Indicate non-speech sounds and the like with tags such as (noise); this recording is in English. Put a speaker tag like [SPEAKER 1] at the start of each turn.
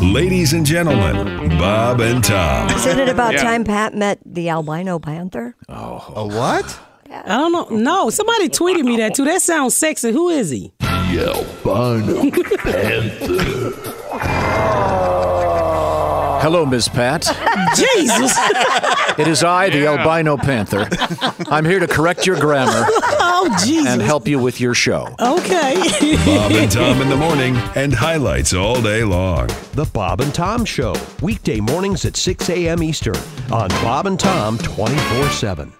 [SPEAKER 1] Ladies and gentlemen, Bob and Tom.
[SPEAKER 2] Isn't it about
[SPEAKER 3] Yeah.
[SPEAKER 2] time Pat met the albino panther?
[SPEAKER 4] A what?
[SPEAKER 5] I don't know. No, somebody tweeted me that too. That sounds sexy. Who is he?
[SPEAKER 6] Hello, Miss Pat.
[SPEAKER 5] Jesus. (laughs)
[SPEAKER 6] It is I, the albino panther. I'm here to correct your grammar
[SPEAKER 5] oh, Jesus.
[SPEAKER 6] and help you with your show.
[SPEAKER 5] Okay. (laughs)
[SPEAKER 1] Bob and Tom in the morning and highlights all day long.
[SPEAKER 7] The Bob and Tom Show, weekday mornings at 6 a.m. Eastern on Bob and Tom 24 7.